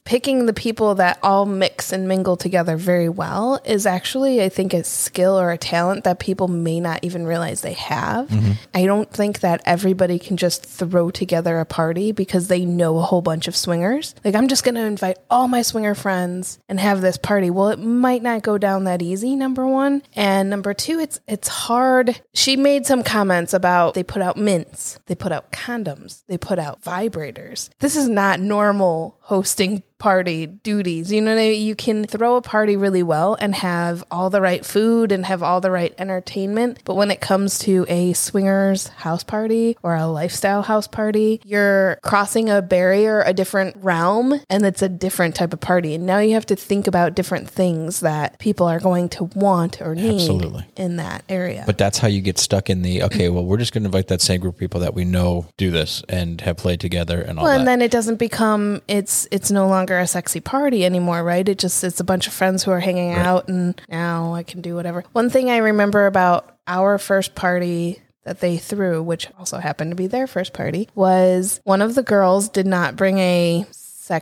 picking the people that all mix and mingle together very well is actually, I think, a skill or a talent that people may not even realize they have. I don't think that everybody can just throw together a party because they know a whole bunch of swingers. Like, I'm just going to invite all my swinger friends and have this party. Well, it might not go down that easy, number one. And number two, it's it's hard. She made some comments about they put out mints, they put out condoms, they put out vibrators. This is not normal hosting party duties. You know what I mean? You can throw a party really well and have all the right food and have all the right entertainment. But when it comes to a swingers house party or a lifestyle house party, you're crossing a barrier, a different realm, and it's a different type of party. And now you have to think about different things that people are going to want or need
Absolutely.
in that area.
But that's how you get stuck in the okay. Well, we're just going to invite that same group of people that we know do this and have played together and all
Well,
that.
and then it doesn't become it's it's no longer a sexy party anymore, right? It just it's a bunch of friends who are hanging out and now I can do whatever. One thing I remember about our first party that they threw, which also happened to be their first party, was one of the girls did not bring a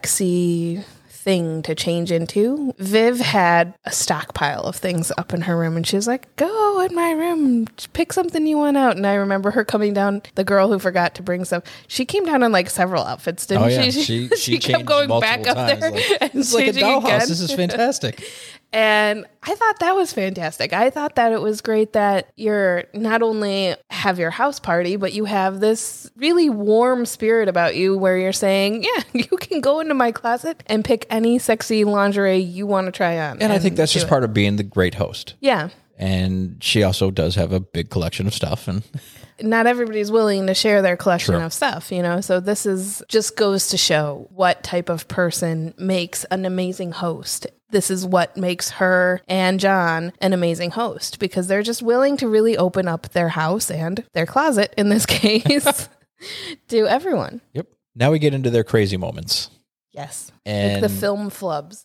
sexy thing to change into. Viv had a stockpile of things up in her room and she was like, Go in my room, pick something you want out. And I remember her coming down, the girl who forgot to bring stuff. She came down in like several outfits, didn't
Oh yeah,
she?
she she, changed multiple times. Like, this is like a
changing again.
dollhouse. This is fantastic.
And I thought that was fantastic. I thought that it was great that you're not only have your house party, but you have this really warm spirit about you where you're saying, yeah, you can go into my closet and pick any sexy lingerie you want to try on.
and I think that's
do
just
it.
part of being the great host.
Yeah.
And she also does have a big collection of stuff, and
not everybody's willing to share their collection
Sure.
of stuff, you know. So this is just goes to show what type of person makes an amazing host. This is what makes her and John an amazing host because they're just willing to really open up their house and their closet in this case to everyone.
Yep. Now we get into their crazy moments.
Yes.
And
like the film flubs.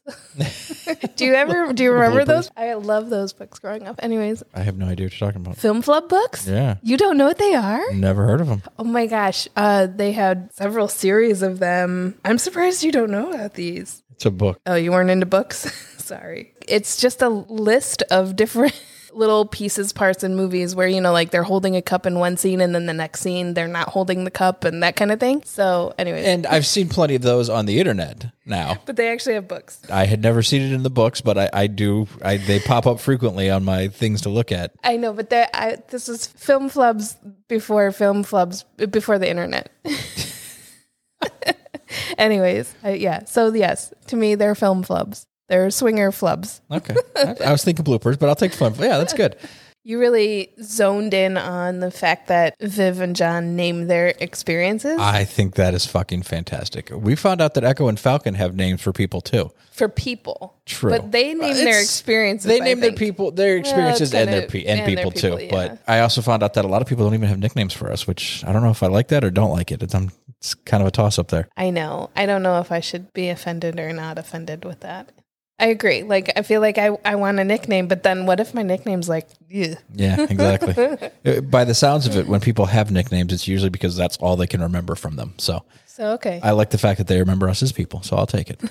do you ever do you remember those? I love those books growing up. Anyways,
I have no idea what you're talking about.
film flub books?
Yeah.
You don't know what they are?
Never heard of them.
Oh my gosh. Uh, they had several series of them. I'm surprised you don't know about these.
It's a book.
Oh, you weren't into books? Sorry. It's just a list of different little pieces, parts, and movies where, you know, like they're holding a cup in one scene and then the next scene they're not holding the cup and that kind of thing. So, anyways.
And I've seen plenty of those on the internet now.
but they actually have books.
I had never seen it in the books, but I, I do. I, they pop up frequently on my things to look at.
I know, but that I, this is film flubs before film flubs before the internet. Anyways, I, yeah. So yes, to me, they're film flubs. They're swinger flubs.
Okay. I, I was thinking bloopers, but I'll take fun. Yeah, that's good.
You really zoned in on the fact that Viv and John name their experiences
I think that is fucking fantastic. We found out that Echo and Falcon have names for people too.
for people.
True.
But they name
Uh,
their
it's-
experiences.
They
I
name their
think.
people, their experiences, and their
kinda-
pe- and,
and their
people,
people,
too.
yeah.
But I also found out that a lot of people don't even have nicknames for us, which I don't know if I like that or don't like it. It's, I'm, it's kind of a toss up there.
I know. I don't know if I should be offended or not offended with that. I agree. Like I feel like I, I want a nickname, but then what if my nickname's like yeah.
Yeah, exactly. Uh, By the sounds of it, when people have nicknames, it's usually because that's all they can remember from them. So
So okay.
I like the fact that they remember us as people. So I'll take it.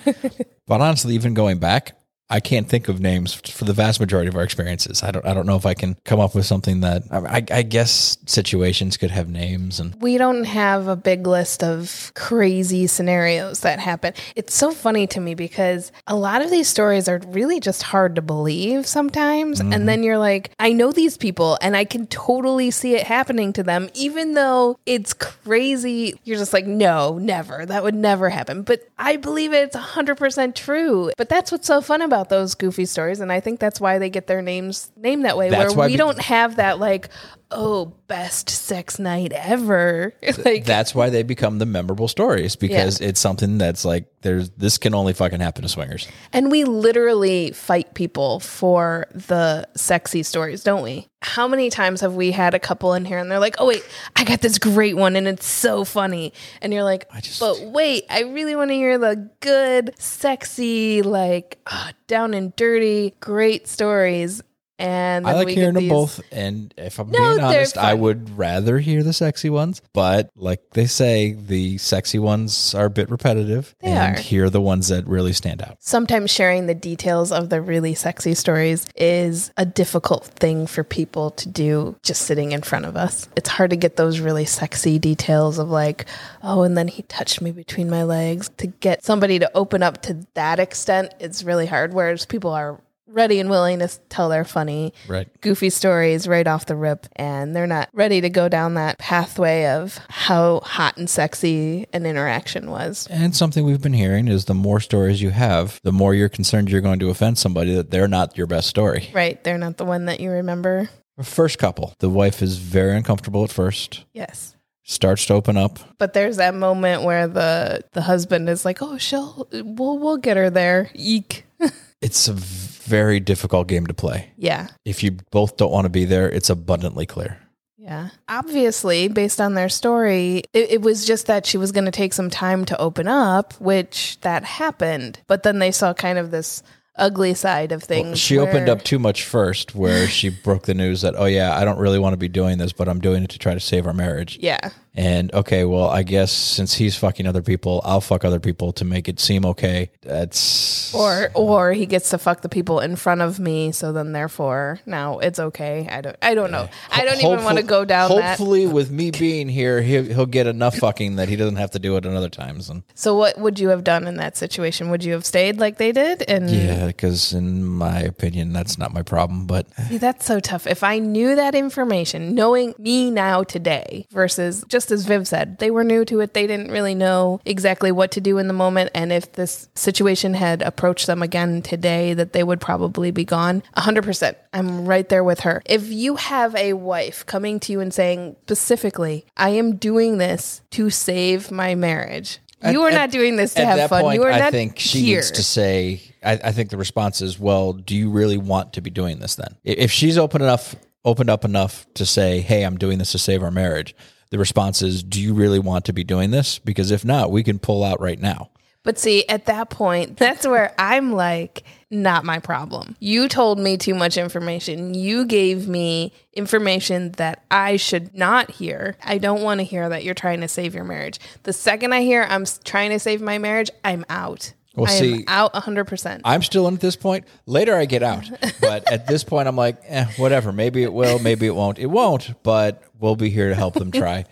but honestly, even going back, I can't think of names for the vast majority of our experiences. I don't. I don't know if I can come up with something that I, I, I guess situations could have names and
we don't have a big list of crazy scenarios that happen. It's so funny to me because a lot of these stories are really just hard to believe sometimes.
Mm-hmm.
And then you're like, I know these people and I can totally see it happening to them, even though it's crazy. You're just like, no, never. That would never happen. But I believe it's 100% true. But that's what's so fun about those goofy stories. And I think that's why they get their names named that way,
That's
where
why
we
be-
don't have that like, oh, best sex night ever. like
that's why they become the memorable stories because it's something that's like there's this can only fucking happen to swingers.
and we literally fight people for the sexy stories, don't we? How many times have we had a couple in here and they're like, "Oh wait, I got this great one and it's so funny." And you're like,
just-
"But wait, I really want to hear the good, sexy, like ah, down and dirty, great stories." And
I
then
like
we
hearing
get
them
these-
both, and if I'm
No,
being
they're
honest, I
fun.
would rather hear the sexy ones. But like they say, the sexy ones are a bit repetitive,
They
and
are.
here are the ones that really stand out.
sometimes sharing the details of the really sexy stories is a difficult thing for people to do just sitting in front of us. It's hard to get those really sexy details of like, oh, and then he touched me between my legs. To get somebody to open up to that extent, it's really hard. Whereas people are ready and willing to s- tell their funny,
Right.
goofy stories right off the rip, and they're not ready to go down that pathway of how hot and sexy an interaction was.
And something we've been hearing is the more stories you have, the more you're concerned you're going to offend somebody that they're not your best story.
Right, they're not the one that you remember.
First couple, the wife is very uncomfortable at first,
Yes.
starts to open up.
But there's that moment where the the husband is like, "Oh, she'll we'll we'll get her there." Eek.
It's a very difficult game to play.
yeah.
If you both don't want to be there, it's abundantly clear.
Yeah. Obviously, based on their story, it, it was just that she was going to take some time to open up, which that happened. But then they saw kind of this ugly side of things.
She opened
where-
up too much first, where she broke the news that, oh, yeah, I don't really want to be doing this, but I'm doing it to try to save our marriage.
Yeah.
And okay, well, I guess since he's fucking other people, I'll fuck other people to make it seem okay. That's.
Or or he gets to fuck the people in front of me, so then therefore now it's okay. I don't I don't know. I don't even
Hopeful-
want to go down that.
Hopefully, with me being here, he'll, he'll get enough fucking that he doesn't have to do it another times. And
So what would you have done in that situation? Would you have stayed like they did? And
yeah, because in my opinion, that's not my problem. But
See, that's so tough. If I knew that information, knowing me now today versus just just as Viv said, they were new to it. They didn't really know exactly what to do in the moment. And if this situation had approached them again today, that they would probably be gone. 100%. I'm right there with her. If you have a wife coming to you and saying specifically, I am doing this to save my marriage. You are
at-
not doing this to
At
have
that
fun.
point,
you are
I
not
think she
here.
needs to say. I, I think the response is, "Well, do you really want to be doing this then?" I- If she's open enough, opened up enough to say, "Hey, I'm doing this to save our marriage," the response is, "Do you really want to be doing this?" Because if not, we can pull out right now.
But see, at that point, that's where I'm like, not my problem. You told me too much information. You gave me information that I should not hear. I don't want to hear that you're trying to save your marriage. The second I hear I'm s- trying to save my marriage, I'm out.
Well,
I am
see,
out 100%.
I'm still in at this point. Later, I get out, but at this point, I'm like, eh, whatever. Maybe it will. Maybe it won't. It won't. But we'll be here to help them try,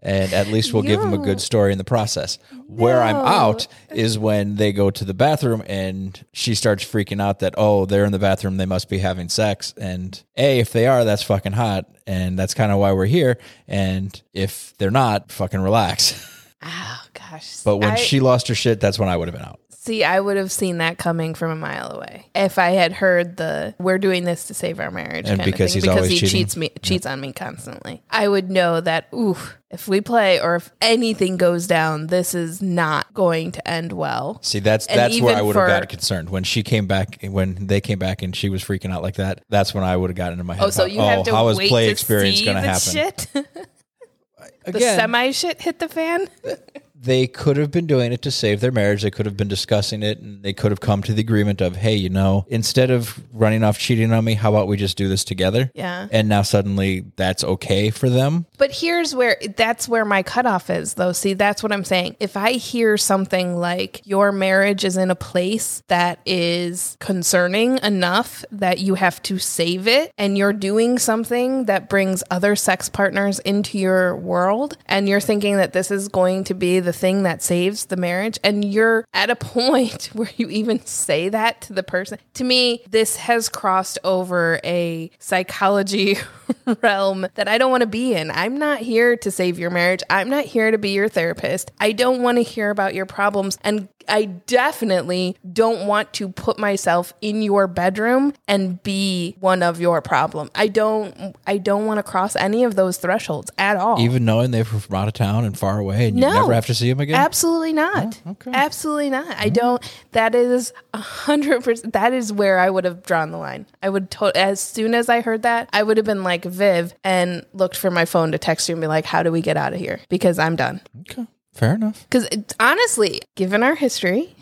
and at least we'll give them a good story in the process. Where I'm out is when they go to the bathroom and she starts freaking out that oh, they're in the bathroom. They must be having sex. And a, if they are, that's fucking hot, and that's kind of why we're here. And if they're not, fucking relax.
oh, gosh.
But when
I-
she lost her shit, that's when I would have been out.
See, I would have seen that coming from a mile away if I had heard the "we're doing this to save our marriage"
And
kind
because
of
he's
thing, because
always
he
cheating.
cheats me, cheats on me constantly. I would know that. Ooh, if we play or if anything goes down, this is not going to end well.
See, that's
And
that's where
even
I would have
for-
got concerned when she came back. When they came back and she was freaking out like that, that's when I would have gotten into my head.
Oh, so
about,
you have to
how is
wait
play
to
experience
see
gonna
the
happen?
shit, the
Again,
semi shit hit the fan.
they could have been doing it to save their marriage. They could have been discussing it, and they could have come to the agreement of, hey, you know, instead of running off cheating on me, how about we just do this together?
Yeah.
And now suddenly that's okay for them.
But here's where that's where my cutoff is, though. See, that's what I'm saying. If I hear something like your marriage is in a place that is concerning enough that you have to save it, and you're doing something that brings other sex partners into your world, and you're thinking that this is going to be the thing that saves the marriage, and you're at a point where you even say that to the person, to me, this has crossed over a psychology realm that I don't want to be in. I'm not here to save your marriage. I'm not here to be your therapist. I don't want to hear about your problems. And I definitely don't want to put myself in your bedroom and be one of your problem. I don't I don't want to cross any of those thresholds at all.
Even knowing they were from out of town and far away, and you
No.
never have to see them again. Oh,
Absolutely not. Absolutely not. I don't. That is a hundred percent. That is where I would have drawn the line. I would to- as soon as I heard that, I would have been like Viv and looked for my phone to text you and be like, "How do we get out of here?" Because I'm done.
okay, fair enough.
Because honestly, given our history,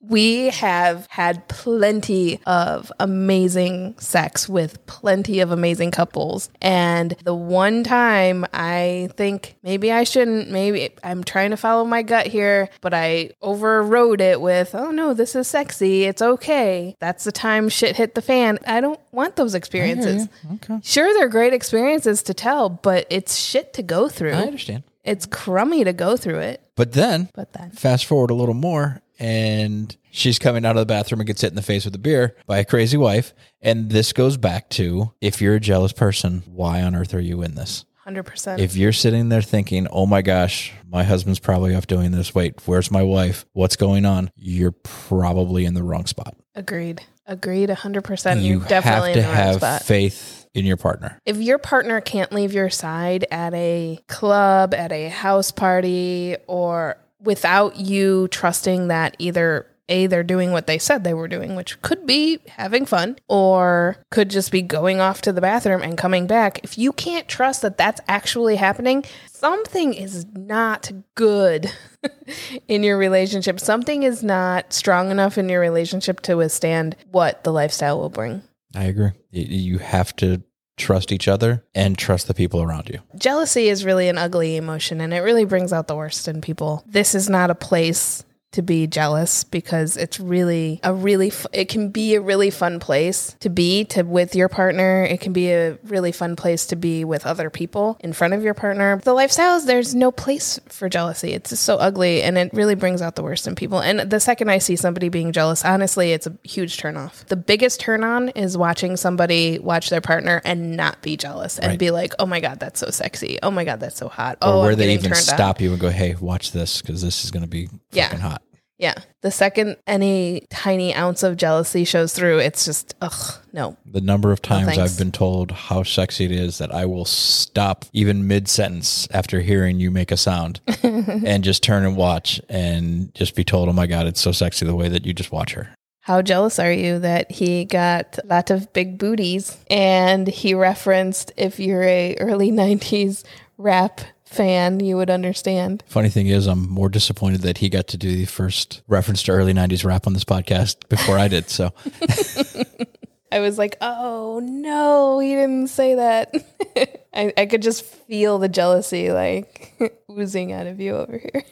we have had plenty of amazing sex with plenty of amazing couples. And the one time I think maybe I shouldn't, maybe I'm trying to follow my gut here, but I overrode it with, oh no, this is sexy. It's okay. That's the time shit hit the fan. I don't want those experiences.
Okay,
Sure, they're great experiences to tell, but it's shit to go
I
through.
understand.
It's crummy to go through it.
But then,
But then.
fast forward a little more, and she's coming out of the bathroom and gets hit in the face with a beer by a crazy wife. And this goes back to if you're a jealous person, why on earth are you in this?
Hundred percent.
If you're sitting there thinking, oh my gosh, my husband's probably off doing this. Wait, where's my wife? What's going on? You're probably in the wrong spot.
Agreed. Agreed. Hundred percent.
You
You're definitely
have to
in the right
have
spot.
faith in your partner.
if your partner can't leave your side at a club, at a house party, or without you trusting that either a they're doing what they said they were doing, which could be having fun, or could just be going off to the bathroom and coming back. If you can't trust that that's actually happening, something is not good in your relationship. Something is not strong enough in your relationship to withstand what the lifestyle will bring.
I agree. You- You have to trust each other and trust the people around you.
jealousy is really an ugly emotion and it really brings out the worst in people. This is not a place to be jealous because it's really a really f- it can be a really fun place to be to with your partner it can be a really fun place to be with other people in front of your partner the lifestyles there's no place for jealousy it's just so ugly and it really brings out the worst in people and the second i see somebody being jealous honestly it's a huge turn off the biggest turn on is watching somebody watch their partner and not be jealous and
Right.
be like oh my god that's so sexy oh my god that's so hot
or
oh
where
I'm
they
getting
even
turned on."
stop you and go, "Hey, watch this because this is going to be
Yeah.
fucking hot."
Yeah. The second any tiny ounce of jealousy shows through, it's just, ugh, no.
The number of times
thanks.
I've been told how sexy it is that I will stop even mid sentence after hearing you make a sound and just turn and watch and just be told, "Oh my god, it's so sexy the way that you just watch her."
How jealous are you that he got a lot of big booties? And he referenced if you're a early 90s rap fan, you would understand.
Funny thing is, I'm more disappointed that he got to do the first reference to early '90s rap on this podcast before I did. So
I was like, oh no, he didn't say that. I, I could just feel the jealousy like oozing out of you over here.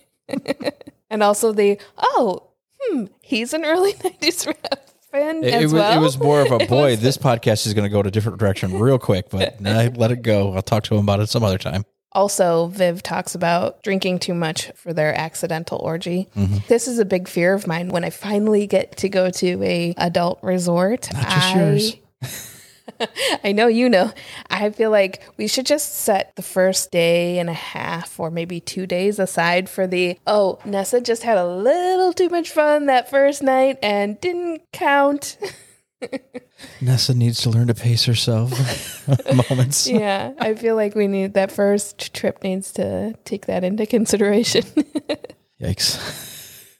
and also the, oh, hmm, he's an early 90s rap fan
it, it
as
was,
well.
it was more of a boy. this podcast is going to go to a different direction real quick, but nah, let it go. I'll talk to him about it some other time.
Also, Viv talks about drinking too much for their accidental orgy. This is a big fear of mine. When I finally get to go to a adult resort,
Not just
I,
yours.
I know you know. I feel like we should just set the first day and a half or maybe two days aside for the oh, Nessa just had a little too much fun that first night and didn't count.
Nessa needs to learn to pace herself. Moments.
yeah, I feel like we need that first trip needs to take that into consideration.
Yikes.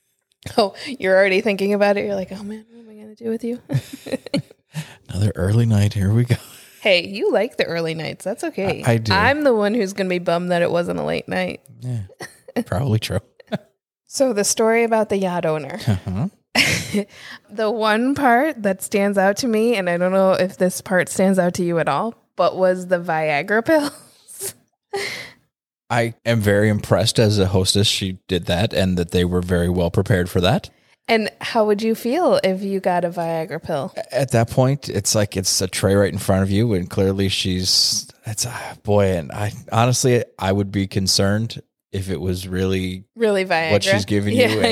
Oh, you're already thinking about it. You're like, oh man, what am I going to do with you?
Another early night. Here we go.
hey, you like the early nights. That's okay.
I- I do.
I'm the one who's going to be bummed that it wasn't a late night.
Yeah. Probably true.
So, the story about the yacht owner.
Uh-huh.
The one part that stands out to me, and I don't know if this part stands out to you at all, but was the Viagra pill.
I am very impressed as a hostess. She did that and that they were very well prepared for that.
And how would you feel if you got a Viagra pill?
At that point, it's like it's a tray right in front of you. And clearly she's, it's a boy. And I honestly, I would be concerned if it was really
Really, Viagra?
what she's giving you,
Yeah.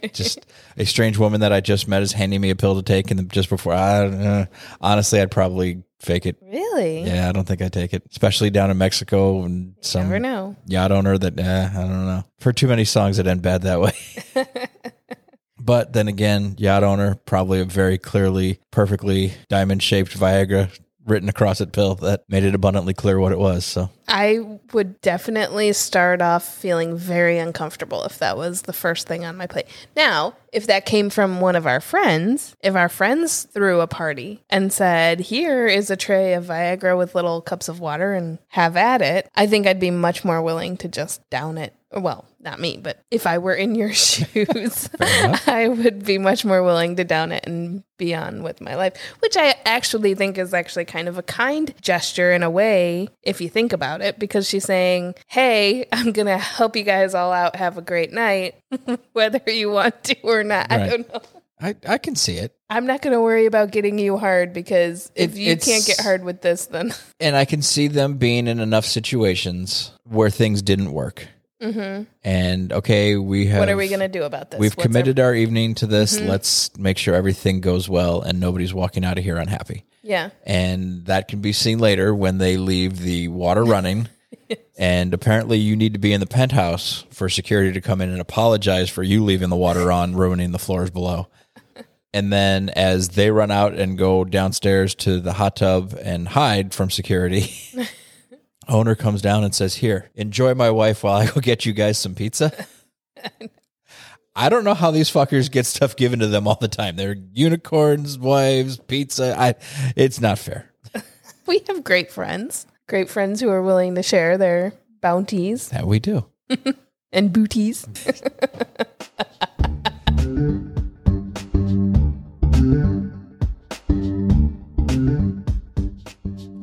and just a strange woman that I just met is handing me a pill to take, and just before I uh, honestly, I'd probably fake it.
really?
Yeah, I don't think I take it, especially down in Mexico and
You Never
some
know.
yacht owner that eh, I don't know. For too many songs that end bad that way. but then again, yacht owner probably a very clearly, perfectly diamond shaped Viagra written across it pill that made it abundantly clear what it was. So
I would definitely start off feeling very uncomfortable if that was the first thing on my plate. Now, if that came from one of our friends, if our friends threw a party and said, Here is a tray of Viagra with little cups of water and have at it, I think I'd be much more willing to just down it. Well, not me, but if I were in your shoes, I would be much more willing to down it and be on with my life, which I actually think is actually kind of a kind gesture in a way, if you think about it, because she's saying, Hey, I'm going to help you guys all out. Have a great night, whether you want to or not. I
Right.
don't know.
I, I can see it.
I'm not going to worry about getting you hard because if
It-
you
it's-
can't get hard with this, then.
and I can see them being in enough situations where things didn't work.
Mhm.
And okay, we have.
What are we going to do about this?
We've
What's our- Mm-hmm.
committed our evening to this. Let's make sure everything goes well and nobody's walking out of here unhappy.
yeah.
And that can be seen later when they leave the water running. And apparently, you need to be in the penthouse for security to come in and apologize for you leaving the water on, ruining the floors below. And then, as they run out and go downstairs to the hot tub and hide from security, owner comes down and says, Here, enjoy my wife while I go get you guys some pizza. I don't know how these fuckers get stuff given to them all the time. They're unicorns, wives, pizza. I, it's not fair.
We have great friends, great friends who are willing to share their bounties
That we do.
and booties.